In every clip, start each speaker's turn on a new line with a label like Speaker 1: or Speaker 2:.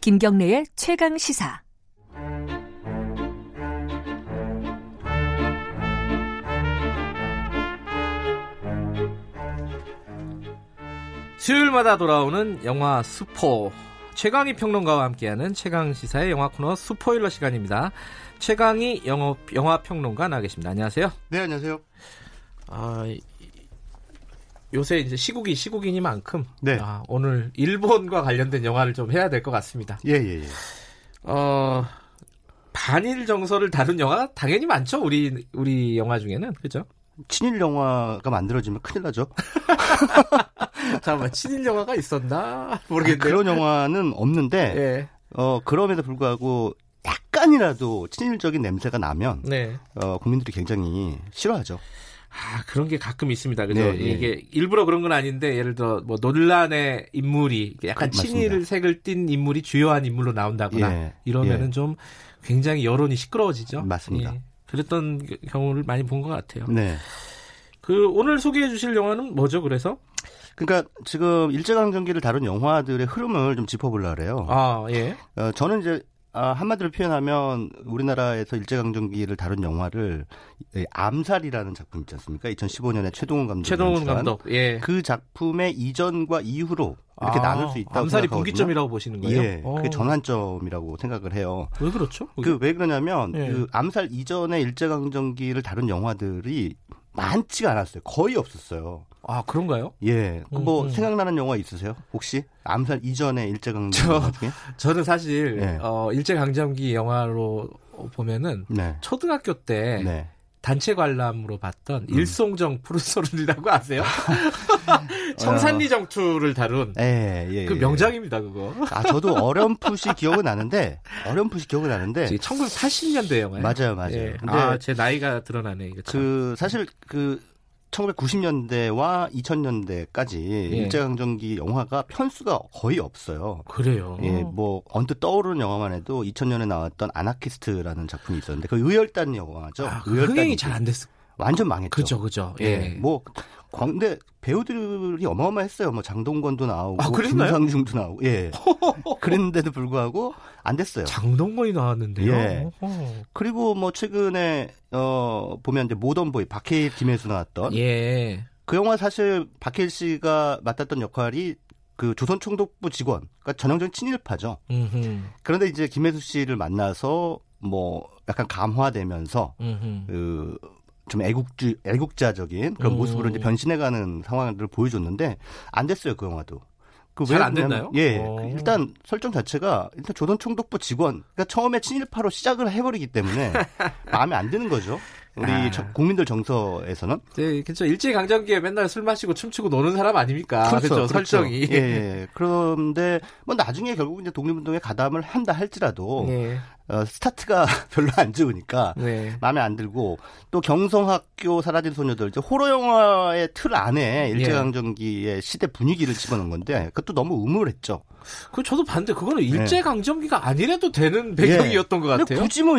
Speaker 1: 김경래의 최강 시사.
Speaker 2: 수요일마다 돌아오는 영화 스포 최강희 평론가와 함께하는 최강 시사의 영화 코너 스포일러 시간입니다. 최강희 영어, 영화 평론가 나와 계십니다. 안녕하세요.
Speaker 3: 네, 안녕하세요.
Speaker 2: 아, 이- 요새 이제 시국이 시국이니만큼
Speaker 3: 네.
Speaker 2: 아, 오늘 일본과 관련된 영화를 좀 해야 될 것 같습니다.
Speaker 3: 예, 예, 예.
Speaker 2: 어, 반일 정서를 다룬 영화 당연히 많죠. 우리 우리 영화 중에는 그죠?
Speaker 3: 친일 영화가 만들어지면 큰일 나죠.
Speaker 2: 잠깐만 뭐 친일 영화가 있었나 모르겠네요.
Speaker 3: 그런 영화는 없는데
Speaker 2: 예,
Speaker 3: 어, 그럼에도 불구하고 약간이라도 친일적인 냄새가 나면
Speaker 2: 네.
Speaker 3: 어, 국민들이 굉장히 싫어하죠.
Speaker 2: 아 그런 게 가끔 있습니다. 그죠?
Speaker 3: 네, 예.
Speaker 2: 이게 일부러 그런 건 아닌데 예를 들어 뭐 논란의 인물이 이게 약간
Speaker 3: 맞습니다.
Speaker 2: 친일 색을 띈 인물이 주요한 인물로 나온다거나
Speaker 3: 예,
Speaker 2: 이러면은
Speaker 3: 예.
Speaker 2: 좀 굉장히 여론이 시끄러워지죠.
Speaker 3: 맞습니다.
Speaker 2: 예. 그랬던 경우를 많이 본 것 같아요.
Speaker 3: 네.
Speaker 2: 그 오늘 소개해 주실 영화는 뭐죠? 그래서
Speaker 3: 그러니까 지금 일제강점기를 다룬 영화들의 흐름을 좀 짚어보려 그래요.
Speaker 2: 아 예,
Speaker 3: 어, 저는 이제 아, 한마디로 표현하면 우리나라에서 일제강점기를 다룬 영화를 이 암살이라는 작품 있지 않습니까? 2015년에 최동훈 감독이
Speaker 2: 최동훈
Speaker 3: 연출한
Speaker 2: 감독 예.
Speaker 3: 그 작품의 이전과 이후로 이렇게
Speaker 2: 아,
Speaker 3: 나눌 수 있다고
Speaker 2: 암살이
Speaker 3: 생각하거든요.
Speaker 2: 분기점이라고 보시는 거예요?
Speaker 3: 예,
Speaker 2: 어.
Speaker 3: 그게 전환점이라고 생각을 해요.
Speaker 2: 왜 그렇죠? 그게?
Speaker 3: 그 왜 그러냐면
Speaker 2: 예.
Speaker 3: 그 암살 이전의 일제강점기를 다룬 영화들이 많지가 않았어요. 거의 없었어요.
Speaker 2: 아 그런가요?
Speaker 3: 예, 그뭐
Speaker 2: 음, 음.
Speaker 3: 생각나는 영화 있으세요? 혹시 암살 이전의 일제강점기 영화 중에?
Speaker 2: 저는 사실
Speaker 3: 예.
Speaker 2: 어, 일제 강점기 영화로 보면은
Speaker 3: 네.
Speaker 2: 초등학교 때
Speaker 3: 네.
Speaker 2: 단체 관람으로 봤던 일송정 푸른소름이라고 아세요? 청산리 정투를 다룬
Speaker 3: 예, 예.
Speaker 2: 그
Speaker 3: 예.
Speaker 2: 명작입니다 그거.
Speaker 3: 아, 저도 어렴풋이 기억은 나는데 어렴풋이 기억은
Speaker 2: 예.
Speaker 3: 나는데
Speaker 2: 1980년대 영화예요.
Speaker 3: 맞아요, 맞아요.
Speaker 2: 예.
Speaker 3: 근데
Speaker 2: 아제 나이가 드러나네 이거. 참.
Speaker 3: 그 사실 그 1990년대와 2000년대까지
Speaker 2: 예.
Speaker 3: 일제강점기 영화가 편수가 거의 없어요.
Speaker 2: 그래요.
Speaker 3: 예, 뭐 언뜻 떠오르는 영화만 해도 2000년에 나왔던 아나키스트라는 작품이 있었는데 그 의열단 영화죠.
Speaker 2: 아, 그
Speaker 3: 의열단
Speaker 2: 흥행이 잘 안 됐을.
Speaker 3: 완전 망했죠.
Speaker 2: 그죠 그죠.
Speaker 3: 예,
Speaker 2: 예.
Speaker 3: 뭐 광- 근데 배우들이 어마어마했어요. 뭐 장동건도 나오고
Speaker 2: 아, 그랬나요?
Speaker 3: 김상중도 나오고 예. 그랬는데도 불구하고 안 됐어요.
Speaker 2: 장동건이 나왔는데요.
Speaker 3: 예.
Speaker 2: 어허.
Speaker 3: 그리고 뭐 최근에 어 보면 이제 모던보이 박해일 김혜수 나왔던
Speaker 2: 예.
Speaker 3: 그 영화 사실 박해일 씨가 맡았던 역할이 그 조선 총독부 직원, 그러니까 전형적인 친일파죠.
Speaker 2: 음흠,
Speaker 3: 그런데 이제 김혜수 씨를 만나서 뭐 약간 감화되면서
Speaker 2: 음흠.
Speaker 3: 그좀 애국주 애국자적인 그런
Speaker 2: 음.
Speaker 3: 모습으로 이제 변신해가는 상황들을 보여줬는데 안 됐어요 그 영화도. 그
Speaker 2: 잘
Speaker 3: 왜
Speaker 2: 안
Speaker 3: 그러냐면,
Speaker 2: 됐나요?
Speaker 3: 예,
Speaker 2: 어.
Speaker 3: 그 일단 설정 자체가 일단 조선 총독부 직원, 그러니까 처음에 친일파로 시작을 해버리기 때문에 마음에 안 드는 거죠. 우리
Speaker 2: 아.
Speaker 3: 저- 국민들 정서에서는
Speaker 2: 네, 그렇죠. 일제 강점기에 맨날 술 마시고 춤추고 노는 사람 아닙니까? 그렇죠. 설정이.
Speaker 3: 예, 예. 그런데 뭐 나중에 결국 이제 독립운동에 가담을 한다 할지라도
Speaker 2: 네.
Speaker 3: 어, 스타트가 별로 안 좋으니까
Speaker 2: 네.
Speaker 3: 마음에 안 들고 또 경성학교 사라진 소녀들 이제 호러 영화의 틀 안에 일제강점기의 시대 분위기를 집어넣은 건데 그것도 너무 음울했죠.
Speaker 2: 그 저도 봤는데 그거는 일제 강점기가 아니래도 되는 배경이었던 것
Speaker 3: 네. 예. 근데
Speaker 2: 같아요.
Speaker 3: 굳이 뭐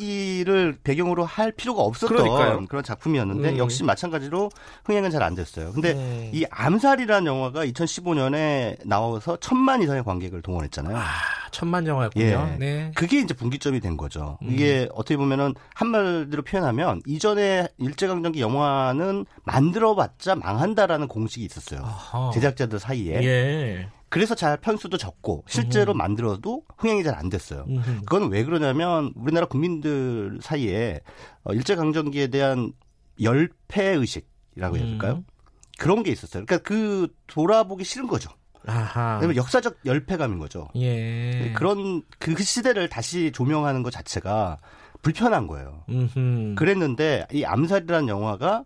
Speaker 3: 일제강점기를 배경으로 할 필요가 없었던
Speaker 2: 그러니까요.
Speaker 3: 그런 작품이었는데
Speaker 2: 음.
Speaker 3: 역시 마찬가지로 흥행은 잘 안 됐어요. 근데
Speaker 2: 음.
Speaker 3: 이 암살이라는 영화가 2015년에 나와서 천만 이상의 관객을 동원했잖아요.
Speaker 2: 아, 천만 영화였군요.
Speaker 3: 예.
Speaker 2: 네.
Speaker 3: 그게 이제 분기점이 된 거죠.
Speaker 2: 음.
Speaker 3: 이게 어떻게 보면은 한마디로 표현하면 이전에 일제강점기 영화는 만들어봤자 망한다라는 공식이 있었어요.
Speaker 2: 아하.
Speaker 3: 제작자들 사이에.
Speaker 2: 예. 음.
Speaker 3: 그래서 잘 편수도 적고 실제로 만들어도 흥행이 잘 안 됐어요.
Speaker 2: 음흠.
Speaker 3: 그건 왜 그러냐면 우리나라 국민들 사이에 어, 일제강점기에 대한 열패 의식이라고 해야 될까요?
Speaker 2: 음.
Speaker 3: 그런 게 있었어요. 그러니까 그 돌아보기 싫은 거죠.
Speaker 2: 아하.
Speaker 3: 왜냐면 역사적 열패감인 거죠.
Speaker 2: 예.
Speaker 3: 그런 그 시대를 다시 조명하는 것 자체가 불편한 거예요.
Speaker 2: 음흠.
Speaker 3: 그랬는데 이 암살이라는 영화가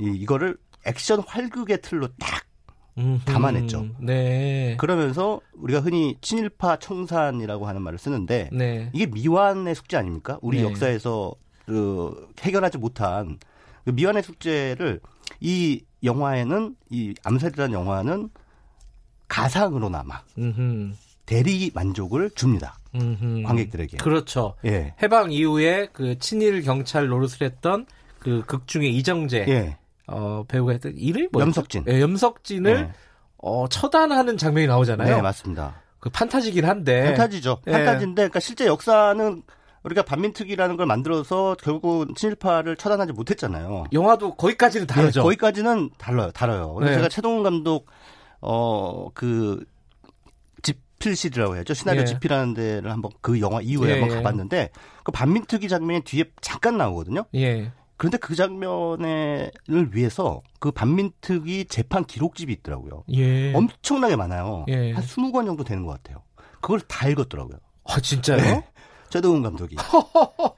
Speaker 3: 이, 이거를 액션 활극의 틀로 딱
Speaker 2: 음흠.
Speaker 3: 담아냈죠.
Speaker 2: 네.
Speaker 3: 그러면서 우리가 흔히 친일파 청산이라고 하는 말을 쓰는데
Speaker 2: 네.
Speaker 3: 이게 미완의 숙제 아닙니까? 우리
Speaker 2: 네.
Speaker 3: 역사에서 그 해결하지 못한 그 미완의 숙제를 이 영화에는 이 암살이라는 영화는 가상으로나마
Speaker 2: 음흠.
Speaker 3: 대리 만족을 줍니다.
Speaker 2: 음흠.
Speaker 3: 관객들에게.
Speaker 2: 그렇죠.
Speaker 3: 예.
Speaker 2: 해방 이후에 그 친일 경찰 노릇을 했던 그 극중의 이정재
Speaker 3: 예.
Speaker 2: 어, 배우가 했던 이름이 뭐였죠?
Speaker 3: 염석진.
Speaker 2: 예, 염석진을
Speaker 3: 네.
Speaker 2: 어, 처단하는 장면이 나오잖아요.
Speaker 3: 네, 맞습니다.
Speaker 2: 그 판타지긴 한데.
Speaker 3: 판타지죠.
Speaker 2: 예.
Speaker 3: 판타지인데, 그러니까 실제 역사는 우리가 반민특위라는 걸 만들어서 결국은 친일파를 처단하지 못했잖아요.
Speaker 2: 영화도 거기까지는 예, 다르죠.
Speaker 3: 네, 거기까지는 달라요, 달라요. 그래서
Speaker 2: 네.
Speaker 3: 제가 최동훈 감독 어그 집필실이라고 해야죠. 시나리오
Speaker 2: 예.
Speaker 3: 집필하는 데를 한번 그 영화 이후에
Speaker 2: 예,
Speaker 3: 한번
Speaker 2: 예.
Speaker 3: 가봤는데 그 반민특위 장면이 뒤에 잠깐 나오거든요.
Speaker 2: 예.
Speaker 3: 그런데 그 장면을 위해서 그 반민특위 재판 기록집이 있더라고요.
Speaker 2: 예.
Speaker 3: 엄청나게 많아요.
Speaker 2: 예.
Speaker 3: 한 20권 정도 되는 것 같아요. 그걸 다 읽었더라고요.
Speaker 2: 아, 진짜요?
Speaker 3: 최동훈 감독이.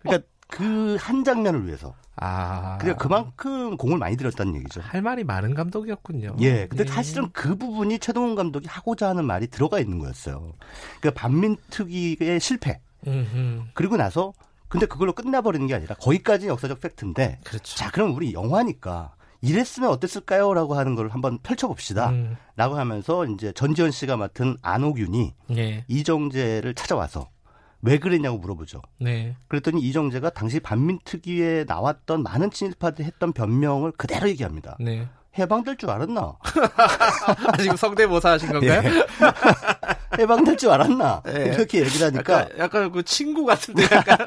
Speaker 3: 그러니까 그 한 장면을 위해서.
Speaker 2: 아.
Speaker 3: 그러니까 그만큼 공을 많이 들였다는 얘기죠.
Speaker 2: 할 말이 많은 감독이었군요.
Speaker 3: 예, 근데 사실은 그 부분이 최동훈 감독이 하고자 하는 말이 들어가 있는 거였어요. 그러니까 반민특위의 실패
Speaker 2: 음흠.
Speaker 3: 그리고 나서 근데 그걸로 끝나버리는 게 아니라 거기까지 역사적 팩트인데
Speaker 2: 그렇죠.
Speaker 3: 자 그럼 우리 영화니까 이랬으면 어땠을까요라고 하는 걸 한번 펼쳐봅시다라고
Speaker 2: 음,
Speaker 3: 하면서 이제 전지현 씨가 맡은 안옥윤이
Speaker 2: 예.
Speaker 3: 이정재를 찾아와서 왜 그랬냐고 물어보죠.
Speaker 2: 네.
Speaker 3: 그랬더니 이정재가 당시 반민특위에 나왔던 많은 친일파들이 했던 변명을 그대로 얘기합니다.
Speaker 2: 네.
Speaker 3: 해방될 줄 알았나?
Speaker 2: 아, 지금 성대모사 하신 건가요?
Speaker 3: 해방될 줄 알았나?
Speaker 2: 예.
Speaker 3: 이렇게 얘기를 하니까
Speaker 2: 약간, 약간 그 친구 같은데 약간.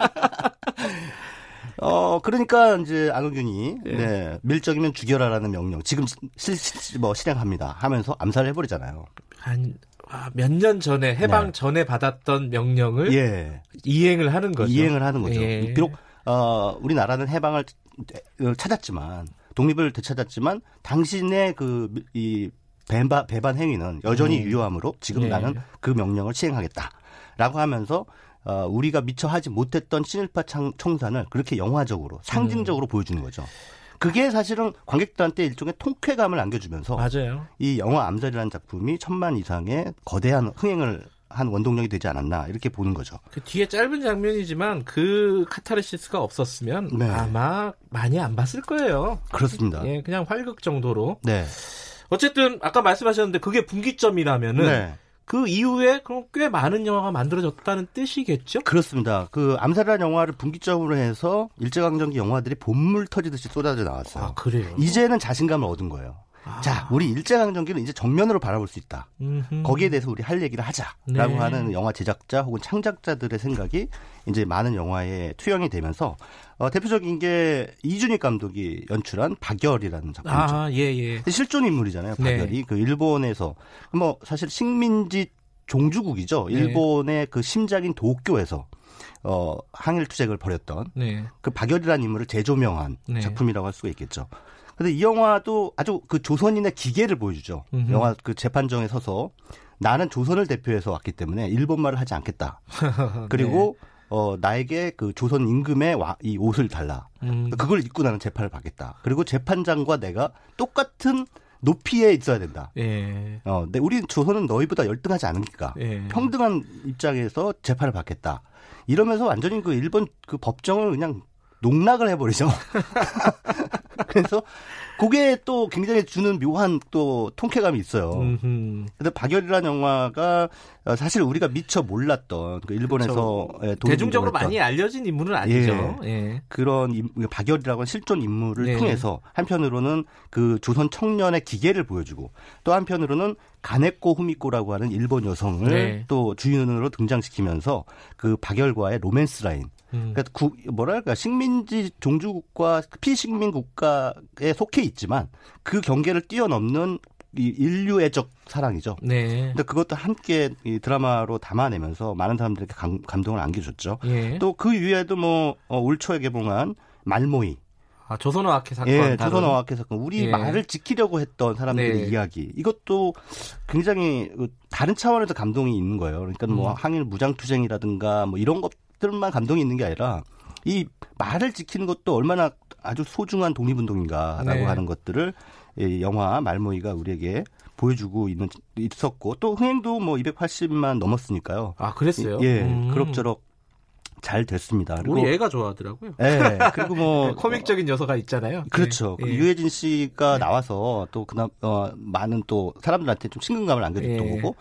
Speaker 3: 어 그러니까 이제 안우균이 네, 밀적이면 죽여라라는 명령 지금 시, 시- 뭐 실행합니다 하면서 암살을 해버리잖아요.
Speaker 2: 한, 아, 몇 년 전에, 해방
Speaker 3: 네.
Speaker 2: 전에 받았던 명령을
Speaker 3: 예
Speaker 2: 이행을 하는 거죠.
Speaker 3: 이행을 하는 거죠.
Speaker 2: 예.
Speaker 3: 비록 어 우리나라는 해방을 찾았지만 독립을 되찾았지만 당신의 그 이 배반, 배반 행위는 여전히 유효함으로 지금
Speaker 2: 예.
Speaker 3: 나는 그 명령을 시행하겠다라고 하면서 어, 우리가 미처 하지 못했던 친일파 창- 청산을 그렇게 영화적으로
Speaker 2: 예.
Speaker 3: 상징적으로 보여주는 거죠. 그게 사실은 관객들한테 일종의 통쾌감을 안겨주면서
Speaker 2: 맞아요.
Speaker 3: 이 영화 암살이라는 작품이 천만 이상의 거대한 흥행을 한 원동력이 되지 않았나 이렇게 보는 거죠.
Speaker 2: 그 뒤에 짧은 장면이지만 그 카타르시스가 없었으면
Speaker 3: 네.
Speaker 2: 아마 많이 안 봤을 거예요.
Speaker 3: 그렇습니다.
Speaker 2: 예, 그냥 활극 정도로.
Speaker 3: 네.
Speaker 2: 어쨌든 아까 말씀하셨는데 그게 분기점이라면은
Speaker 3: 네.
Speaker 2: 그 이후에 그럼 꽤 많은 영화가 만들어졌다는 뜻이겠죠?
Speaker 3: 그렇습니다. 그 암살이라는 영화를 분기점으로 해서 일제강점기 영화들이 봄물 터지듯이 쏟아져 나왔어요.
Speaker 2: 아, 그래요. 아.
Speaker 3: 이제는 자신감을 얻은 거예요. 자, 우리 일제강점기는 이제 정면으로 바라볼 수 있다.
Speaker 2: 음흠.
Speaker 3: 거기에 대해서 우리 할 얘기를 하자라고
Speaker 2: 네.
Speaker 3: 하는 영화 제작자 혹은 창작자들의 생각이 이제 많은 영화에 투영이 되면서 어, 대표적인 게 이준익 감독이 연출한 박열이라는 작품이죠.
Speaker 2: 아, 예, 예.
Speaker 3: 실존 인물이잖아요.
Speaker 2: 네.
Speaker 3: 박열이 그 일본에서 뭐 사실 식민지 종주국이죠.
Speaker 2: 네.
Speaker 3: 일본의 그 심작인 도쿄에서 어 항일 투쟁을 벌였던
Speaker 2: 네.
Speaker 3: 그 박열이라는 인물을 재조명한
Speaker 2: 네.
Speaker 3: 작품이라고 할 수가 있겠죠. 근데 이 영화도 아주 그 조선인의 기계를 보여주죠.
Speaker 2: 음흠.
Speaker 3: 영화 그 재판정에 서서 나는 조선을 대표해서 왔기 때문에 일본 말을 하지 않겠다. 그리고
Speaker 2: 네.
Speaker 3: 어 나에게 그 조선 임금의 와, 이 옷을 달라.
Speaker 2: 음,
Speaker 3: 그러니까 그걸 입고 나는 재판을 받겠다. 그리고 재판장과 내가 똑같은 높이에 있어야 된다.
Speaker 2: 예.
Speaker 3: 어, 근데 우리 조선은 너희보다 열등하지 않으니까
Speaker 2: 예.
Speaker 3: 평등한 입장에서 재판을 받겠다. 이러면서 완전히 그 일본 그 법정을 그냥 농락을 해버리죠. 그래서 그게 또 굉장히 주는 묘한 또 통쾌감이 있어요.
Speaker 2: 음흠.
Speaker 3: 근데 박열이라는 영화가 어, 사실 우리가 미처 몰랐던 그 일본에서 예, 도움이
Speaker 2: 대중적으로
Speaker 3: 되었던
Speaker 2: 많이 알려진 인물은 아니죠. 예.
Speaker 3: 그런 임- 박열이라고 하는 실존 인물을
Speaker 2: 네.
Speaker 3: 통해서 한편으로는 그 조선 청년의 기계를 보여주고 또 한편으로는 가네코 후미코라고 하는 일본 여성을
Speaker 2: 네.
Speaker 3: 또 주인으로 등장시키면서 그 박열과의 로맨스 라인
Speaker 2: 음.
Speaker 3: 그러니까 구- 뭐랄까 식민지 종주국과 피식민 국가에 속해 있지만 그 경계를 뛰어넘는 이 인류애적 사랑이죠.
Speaker 2: 네.
Speaker 3: 근데 그것도 함께 이 드라마로 담아내면서 많은 사람들에게 감- 감동을 안겨줬죠.
Speaker 2: 예.
Speaker 3: 또 그 위에도 뭐 올 초에 개봉한 말모이,
Speaker 2: 아, 조선어 학회 사건.
Speaker 3: 예,
Speaker 2: 다룬-
Speaker 3: 조선 어학회 사건, 우리
Speaker 2: 예.
Speaker 3: 말을 지키려고 했던 사람들의
Speaker 2: 네.
Speaker 3: 이야기. 이것도 굉장히 그 다른 차원에서 감동이 있는 거예요. 그러니까 뭐
Speaker 2: 음.
Speaker 3: 항일 무장투쟁이라든가 뭐 이런 것들만 감동이 있는 게 아니라 이 말을 지키는 것도 얼마나 아주 소중한 독립운동인가라고
Speaker 2: 네.
Speaker 3: 하는 것들을 이 영화 말모이가 우리에게 보여주고 있는 있었고 또 흥행도 뭐 280만 넘었으니까요.
Speaker 2: 아, 그랬어요?
Speaker 3: 예,
Speaker 2: 음.
Speaker 3: 그럭저럭 잘 됐습니다. 그리고
Speaker 2: 우리 애가 좋아하더라고요.
Speaker 3: 예. 그리고 뭐
Speaker 2: 코믹적인 요소가 있잖아요.
Speaker 3: 그렇죠.
Speaker 2: 예.
Speaker 3: 그리고 유해진 씨가 나와서 또 그나 어, 많은 또 사람들한테 좀 친근감을 안겨줬던
Speaker 2: 예.
Speaker 3: 거고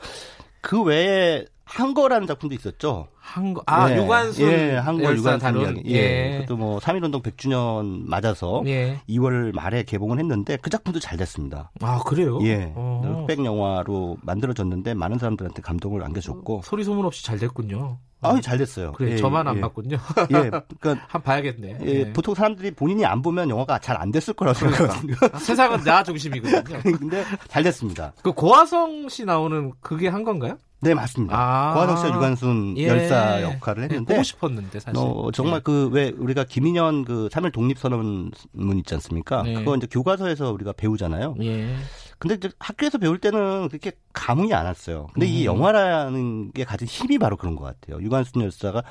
Speaker 3: 그 외에 한거라는 작품도 있었죠.
Speaker 2: 한거 아
Speaker 3: 예.
Speaker 2: 유관순
Speaker 3: 예, 한거
Speaker 2: 열사
Speaker 3: 유관순
Speaker 2: 다룬.
Speaker 3: 이야기. 예.
Speaker 2: 예.
Speaker 3: 그것도 뭐 3.1운동 100주년 맞아서
Speaker 2: 예.
Speaker 3: 2월 말에 개봉을 했는데 그 작품도 잘 됐습니다.
Speaker 2: 아 그래요?
Speaker 3: 예.
Speaker 2: 어.
Speaker 3: 흑백 영화로 만들어졌는데 많은 사람들한테 감동을 안겨줬고.
Speaker 2: 소리 소문 없이 잘 됐군요. 음.
Speaker 3: 아유, 잘 됐어요.
Speaker 2: 어. 그래
Speaker 3: 예,
Speaker 2: 저만 안
Speaker 3: 예.
Speaker 2: 봤군요.
Speaker 3: 예. 그러니까
Speaker 2: 한 봐야겠네.
Speaker 3: 예,
Speaker 2: 예.
Speaker 3: 보통 사람들이 본인이 안 보면 영화가 잘 안 됐을 거라고 생각하거든요.
Speaker 2: 아, 세상은 나 중심이거든요.
Speaker 3: 네, 근데 잘 됐습니다.
Speaker 2: 그 고화성 씨 나오는 그게 한 건가요?
Speaker 3: 네, 맞습니다.
Speaker 2: 아.
Speaker 3: 고한영 씨와 유관순
Speaker 2: 예.
Speaker 3: 열사 역할을
Speaker 2: 예,
Speaker 3: 했는데
Speaker 2: 보고 싶었는데 사실. 예.
Speaker 3: 어, 정말 그 왜 우리가 김인현 그 3일 독립선언문 있지 않습니까?
Speaker 2: 네.
Speaker 3: 그거 이제 교과서에서 우리가 배우잖아요.
Speaker 2: 예.
Speaker 3: 근데 이제 학교에서 배울 때는 그렇게 감흥이 안 왔어요. 근데 이
Speaker 2: 음.
Speaker 3: 영화라는 게 가진 힘이 바로 그런 것 같아요. 유관순 열사가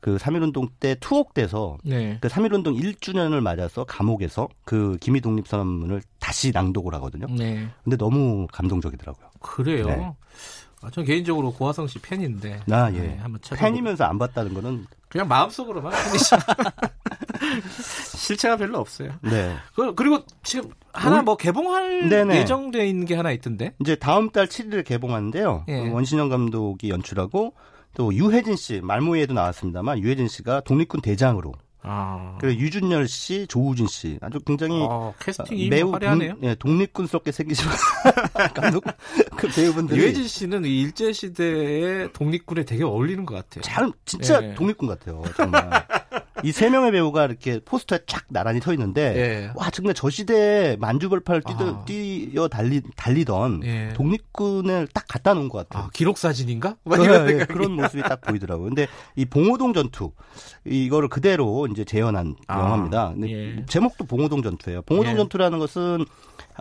Speaker 3: 그 3.1운동 때 투옥돼서
Speaker 2: 네.
Speaker 3: 그 3.1운동 1주년을 맞아서 감옥에서 그 김희 독립선언문을 다시 낭독을 하거든요.
Speaker 2: 네.
Speaker 3: 근데 너무 감동적이더라고요.
Speaker 2: 그래요.
Speaker 3: 네.
Speaker 2: 아, 전 개인적으로 고화성 씨 팬인데.
Speaker 3: 아, 예.
Speaker 2: 네, 한번 찾아.
Speaker 3: 팬이면서 안 봤다는 거는
Speaker 2: 그냥 마음속으로만 팬이죠. 실체가 별로 없어요.
Speaker 3: 네.
Speaker 2: 그, 그리고 지금 하나
Speaker 3: 올-
Speaker 2: 뭐 개봉할
Speaker 3: 네네.
Speaker 2: 예정돼 있는 게 하나 있던데.
Speaker 3: 이제 다음 달 7일에 개봉하는데요.
Speaker 2: 예.
Speaker 3: 원신영 감독이 연출하고 또 유해진 씨 말모에도 나왔습니다만 유해진 씨가 독립군 대장으로
Speaker 2: 아.
Speaker 3: 그리고 유준열 씨, 조우진 씨 아주 굉장히
Speaker 2: 아, 캐스팅이
Speaker 3: 매우
Speaker 2: 화려하네요.
Speaker 3: 독, 예, 독립군스럽게 생기시면 감독 그 배우분들이
Speaker 2: 유해진 씨는 이 일제 시대의 독립군에 되게 어울리는 것 같아요.
Speaker 3: 잘 진짜
Speaker 2: 예.
Speaker 3: 독립군 같아요. 정말 이 세 명의 배우가 이렇게 포스터에 쫙 나란히 서 있는데
Speaker 2: 예.
Speaker 3: 와 정말 저 시대에 만주벌파를 뛰던,
Speaker 2: 아.
Speaker 3: 뛰어 달리 달리던
Speaker 2: 예.
Speaker 3: 독립군을 딱 갖다 놓은 것 같아요.
Speaker 2: 아, 기록 사진인가? 막
Speaker 3: 네,
Speaker 2: 이런
Speaker 3: 예,
Speaker 2: 생각.
Speaker 3: 그런 모습이 딱 보이더라고요. 근데 이 봉오동 전투 이거를 그대로 이제 재현한
Speaker 2: 아,
Speaker 3: 영화입니다. 근데
Speaker 2: 예.
Speaker 3: 제목도 봉오동 전투예요. 봉오동
Speaker 2: 예.
Speaker 3: 전투라는 것은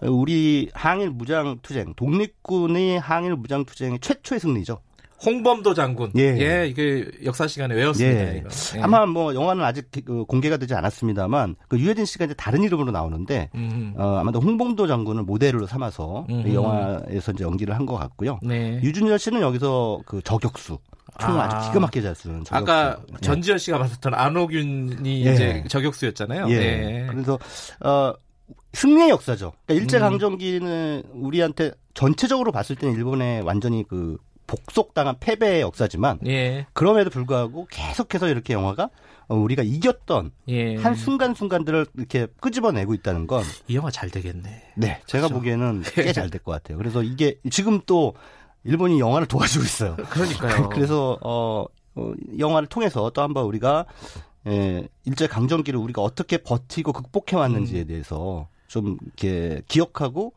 Speaker 3: 우리 항일 무장 투쟁, 독립군의 항일 무장 투쟁의 최초의 승리죠.
Speaker 2: 홍범도 장군. 예.
Speaker 3: 예.
Speaker 2: 이게 역사 시간에 외웠습니다.
Speaker 3: 예.
Speaker 2: 이거. 예.
Speaker 3: 아마 뭐 영화는 아직 그 공개가 되지 않았습니다만 그 유해진 씨가 이제 다른 이름으로 나오는데
Speaker 2: 음.
Speaker 3: 어, 아마도 홍범도 장군을 모델로 삼아서 이
Speaker 2: 음.
Speaker 3: 영화에서 이제 연기를 한 것 같고요.
Speaker 2: 네.
Speaker 3: 예. 유준열 씨는 여기서 그 저격수 총을
Speaker 2: 아.
Speaker 3: 아. 주 기가 막히게 잘 쓰는 저격수.
Speaker 2: 아까
Speaker 3: 예.
Speaker 2: 전지현 씨가 맡았던 안호균이
Speaker 3: 예.
Speaker 2: 이제 저격수였잖아요.
Speaker 3: 예.
Speaker 2: 네.
Speaker 3: 그래서 어 승리의 역사죠. 그러니까
Speaker 2: 음.
Speaker 3: 일제 강점기는 우리한테 전체적으로 봤을 때는 일본에 완전히 그 복속당한 패배의 역사지만
Speaker 2: 예.
Speaker 3: 그럼에도 불구하고 계속해서 이렇게 영화가 어, 우리가 이겼던
Speaker 2: 예.
Speaker 3: 한 순간 순간들을 이렇게 끄집어내고 있다는 건
Speaker 2: 이 영화 잘 되겠네.
Speaker 3: 네, 제가
Speaker 2: 그렇죠.
Speaker 3: 보기에는 꽤 잘 될 것 같아요. 그래서 이게 지금 또 일본이 영화를 도와주고 있어요.
Speaker 2: 그러니까요.
Speaker 3: 그래서 어, 어, 영화를 통해서 또 한번 우리가 예, 일제 강점기를 우리가 어떻게 버티고
Speaker 2: 음.
Speaker 3: 극복해 왔는지에 대해서 좀 이렇게 기억하고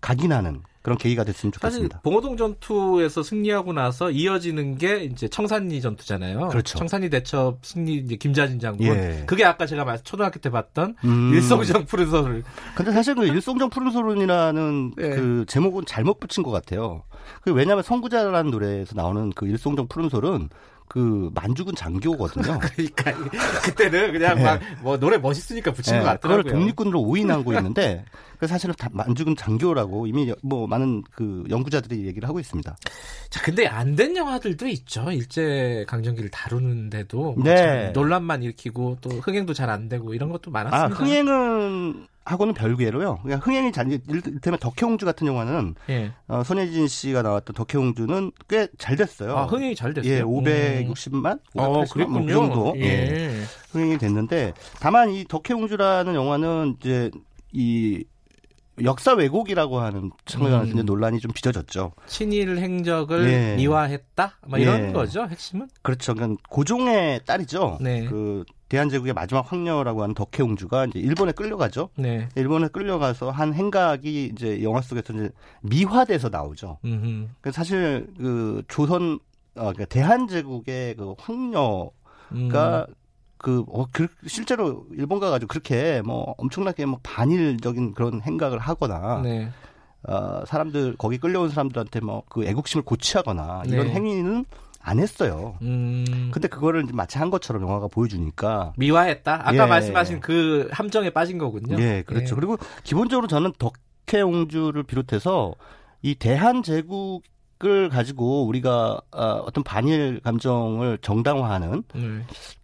Speaker 3: 각인하는 그런 계기가 됐으면
Speaker 2: 사실
Speaker 3: 좋겠습니다.
Speaker 2: 봉오동 전투에서 승리하고 나서 이어지는 게 이제 청산리 전투잖아요.
Speaker 3: 그렇죠.
Speaker 2: 청산리 대첩 승리 이제 김자진 장군.
Speaker 3: 예.
Speaker 2: 그게 아까 제가 말- 초등학교 때 봤던
Speaker 3: 음.
Speaker 2: 일성정 푸른 서울.
Speaker 3: 근데 사실 그 일송정 푸른 소론이라는
Speaker 2: 예.
Speaker 3: 그 제목은 잘못 붙인 것 같아요. 그 왜냐하면 성구자라는 노래에서 나오는 그 일송정 푸른 소론 그 만주군 장교거든요.
Speaker 2: 그러니까 이게 그때는 그냥 막 뭐 노래 멋있으니까 붙인
Speaker 3: 예,
Speaker 2: 것 같더라고요.
Speaker 3: 그걸 독립군으로 오인하고 있는데 그 사실은 다 만주군 장교라고 이미 여- 뭐 많은 그 연구자들이 얘기를 하고 있습니다.
Speaker 2: 자, 근데 안 된 영화들도 있죠. 일제 강점기를 다루는데도 뭐
Speaker 3: 네.
Speaker 2: 참 논란만 일으키고 또 흥행도 잘 안 되고 이런 것도 많았습니다.
Speaker 3: 아 흥행은 하고는 별개로요. 그냥 흥행이 잘 일- 이를테면 덕혜옹주 같은 영화는
Speaker 2: 예.
Speaker 3: 어, 손예진 씨가 나왔던 덕혜옹주는 꽤 잘 됐어요.
Speaker 2: 아, 흥행이 잘 됐어요.
Speaker 3: 예,
Speaker 2: 음.
Speaker 3: 560만, 580만
Speaker 2: 어,
Speaker 3: 뭐
Speaker 2: 그랬군요.
Speaker 3: 그 정도
Speaker 2: 예.
Speaker 3: 예, 흥행이 됐는데 다만 이 덕혜옹주라는 영화는 이제 이 역사 왜곡이라고 하는 측면에서
Speaker 2: 음.
Speaker 3: 이제 논란이 좀 빚어졌죠.
Speaker 2: 친일 행적을
Speaker 3: 예.
Speaker 2: 미화했다. 막 이런
Speaker 3: 예.
Speaker 2: 거죠. 핵심은.
Speaker 3: 그렇죠. 그러니까 고종의 딸이죠.
Speaker 2: 네.
Speaker 3: 그 대한제국의 마지막 황녀라고 하는 덕혜옹주가 이제 일본에 끌려가죠.
Speaker 2: 네.
Speaker 3: 일본에 끌려가서 한 행각이 이제 영화 속에서 이제 미화돼서 나오죠.
Speaker 2: 음.
Speaker 3: 그 사실 그 조선 어, 그러니까 대한제국의 그 황녀가
Speaker 2: 음.
Speaker 3: 그, 어, 그- 실제로 일본 가가지고 그렇게 뭐 엄청나게 뭐 반일적인 그런 행각을 하거나
Speaker 2: 네.
Speaker 3: 어, 사람들 거기 끌려온 사람들한테 뭐 그 애국심을 고취하거나 이런
Speaker 2: 네.
Speaker 3: 행위는 안 했어요.
Speaker 2: 음.
Speaker 3: 근데 그거를 이제 마치 한 것처럼 영화가 보여주니까.
Speaker 2: 미화했다. 아까
Speaker 3: 예.
Speaker 2: 말씀하신 그 함정에 빠진 거군요.
Speaker 3: 예, 그렇죠. 그리고 기본적으로 저는 덕혜옹주를 비롯해서 이 대한제국의 맥을 가지고 우리가 아, 어떤 반일 감정을 정당화하는
Speaker 2: 네.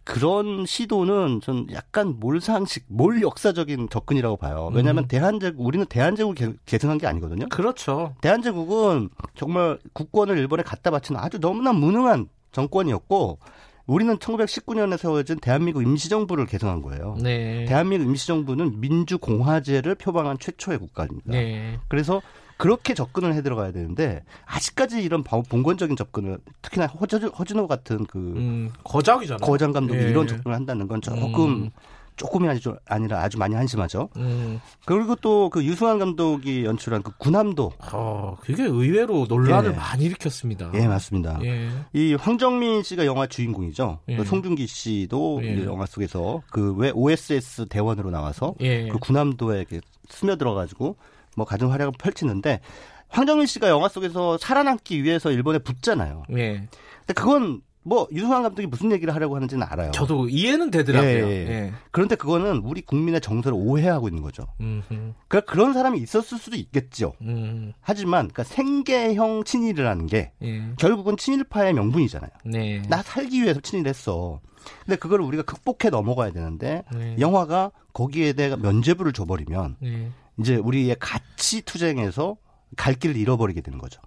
Speaker 3: 그런 시도는 전 약간 몰상식, 몰 역사적인 접근이라고 봐요. 왜냐하면
Speaker 2: 음.
Speaker 3: 대한제국 우리는 대한제국 계승한 게 아니거든요.
Speaker 2: 그렇죠.
Speaker 3: 대한제국은 정말 국권을 일본에 갖다 바친 아주 너무나 무능한 정권이었고 우리는 1919년에 세워진 대한민국 임시정부를 개선한 거예요.
Speaker 2: 네.
Speaker 3: 대한민국 임시정부는 민주공화제를 표방한 최초의 국가입니다.
Speaker 2: 네.
Speaker 3: 그래서 그렇게 접근을 해 들어가야 되는데 아직까지 이런 바- 봉건적인 접근을 특히나 허준, 허준호 같은 그
Speaker 2: 음, 거작이잖아요.
Speaker 3: 거장 감독이
Speaker 2: 예.
Speaker 3: 이런 접근을 한다는 건 조금
Speaker 2: 음.
Speaker 3: 조금이 아니 좀 아니라 아주 많이 한심하죠.
Speaker 2: 음.
Speaker 3: 그리고 또 그 유승환 감독이 연출한 그 군함도
Speaker 2: 어, 그게 의외로 논란을
Speaker 3: 예.
Speaker 2: 많이 일으켰습니다.
Speaker 3: 예 맞습니다.
Speaker 2: 아. 예.
Speaker 3: 이 황정민 씨가 영화 주인공이죠.
Speaker 2: 예.
Speaker 3: 그 송중기 씨도
Speaker 2: 예.
Speaker 3: 이 영화 속에서 그 왜 OSS 대원으로 나와서
Speaker 2: 예.
Speaker 3: 그 군함도에 이렇게 스며들어가지고 뭐 가진 활약을 펼치는데 황정민 씨가 영화 속에서 살아남기 위해서 일본에 붙잖아요.
Speaker 2: 예.
Speaker 3: 근데 그건 뭐 유승환 감독이 무슨 얘기를 하려고 하는지는 알아요.
Speaker 2: 저도 이해는 되더라고요.
Speaker 3: 예, 예.
Speaker 2: 예.
Speaker 3: 그런데 그거는 우리 국민의 정서를 오해하고 있는 거죠.
Speaker 2: 음,
Speaker 3: 그러니까 그런 사람이 있었을 수도 있겠죠.
Speaker 2: 음,
Speaker 3: 하지만 그러니까 생계형 친일이라는 게
Speaker 2: 예.
Speaker 3: 결국은 친일파의 명분이잖아요.
Speaker 2: 네.
Speaker 3: 나 살기 위해서 친일했어. 근데 그걸 우리가 극복해 넘어가야 되는데
Speaker 2: 네.
Speaker 3: 영화가 거기에 대해 면죄부를 줘버리면
Speaker 2: 네.
Speaker 3: 이제 우리의 가치 투쟁에서 갈 길을 잃어버리게 되는 거죠.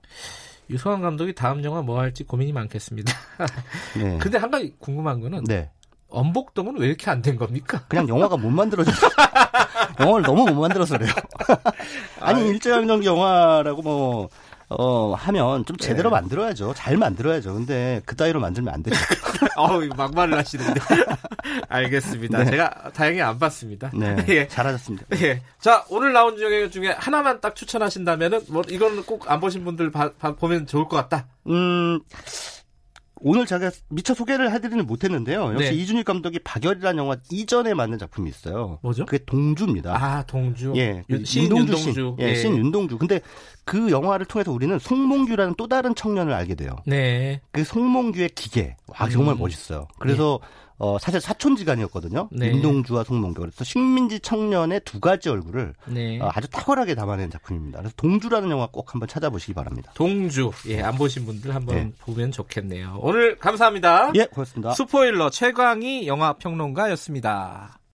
Speaker 2: 유성환 감독이 다음 영화 뭐 할지 고민이 많겠습니다.
Speaker 3: 네.
Speaker 2: 근데 한 가지 궁금한 거는
Speaker 3: 네.
Speaker 2: 엄복동은 왜 이렇게 안 된 겁니까?
Speaker 3: 그냥 영화가 못 만들어져서 영화를 너무 못 만들어서 그래요. 아니 일제강점기 영화라고 뭐 어, 하면 좀
Speaker 2: 네.
Speaker 3: 제대로 만들어야죠. 잘 만들어야죠. 근데 그 따위로 만들면 안 되죠.
Speaker 2: 어우, 막말을 하시는데. 알겠습니다. 제가 다행히 안 봤습니다.
Speaker 3: 네.
Speaker 2: 예.
Speaker 3: 잘하셨습니다.
Speaker 2: 예. 자, 오늘 나온 영화 중에 하나만 딱 추천하신다면은, 뭐, 이거는 꼭 안 보신 분들 봐- 봐- 보면 좋을 것 같다.
Speaker 3: 음, 오늘 제가 미처 소개를 해드리는 못했는데요. 역시
Speaker 2: 네.
Speaker 3: 이준일 감독이 박열이라는 영화 이전에 만든 작품이 있어요.
Speaker 2: 뭐죠?
Speaker 3: 그게 동주입니다.
Speaker 2: 아, 동주.
Speaker 3: 예,
Speaker 2: 윤- 시인
Speaker 3: 윤동주
Speaker 2: 윤동주.
Speaker 3: 씨.
Speaker 2: 예.
Speaker 3: 예, 신 윤동주. 근데 그 영화를 통해서 우리는 송몽규라는 또 다른 청년을 알게 돼요.
Speaker 2: 네.
Speaker 3: 그 송몽규의 기계. 와, 정말
Speaker 2: 음.
Speaker 3: 멋있어요. 그래서 어, 사실 사촌지간이었거든요.
Speaker 2: 네.
Speaker 3: 윤동주와 송몽규. 그래서 식민지 청년의 두 가지 얼굴을
Speaker 2: 네.
Speaker 3: 어, 아주 탁월하게 담아낸 작품입니다. 그래서 동주라는 영화 꼭 한번 찾아보시기 바랍니다.
Speaker 2: 동주. 예, 안 보신 분들 한번
Speaker 3: 네.
Speaker 2: 보면 좋겠네요. 오늘 감사합니다.
Speaker 3: 예, 고맙습니다.
Speaker 2: 스포일러 최광희 영화 평론가였습니다.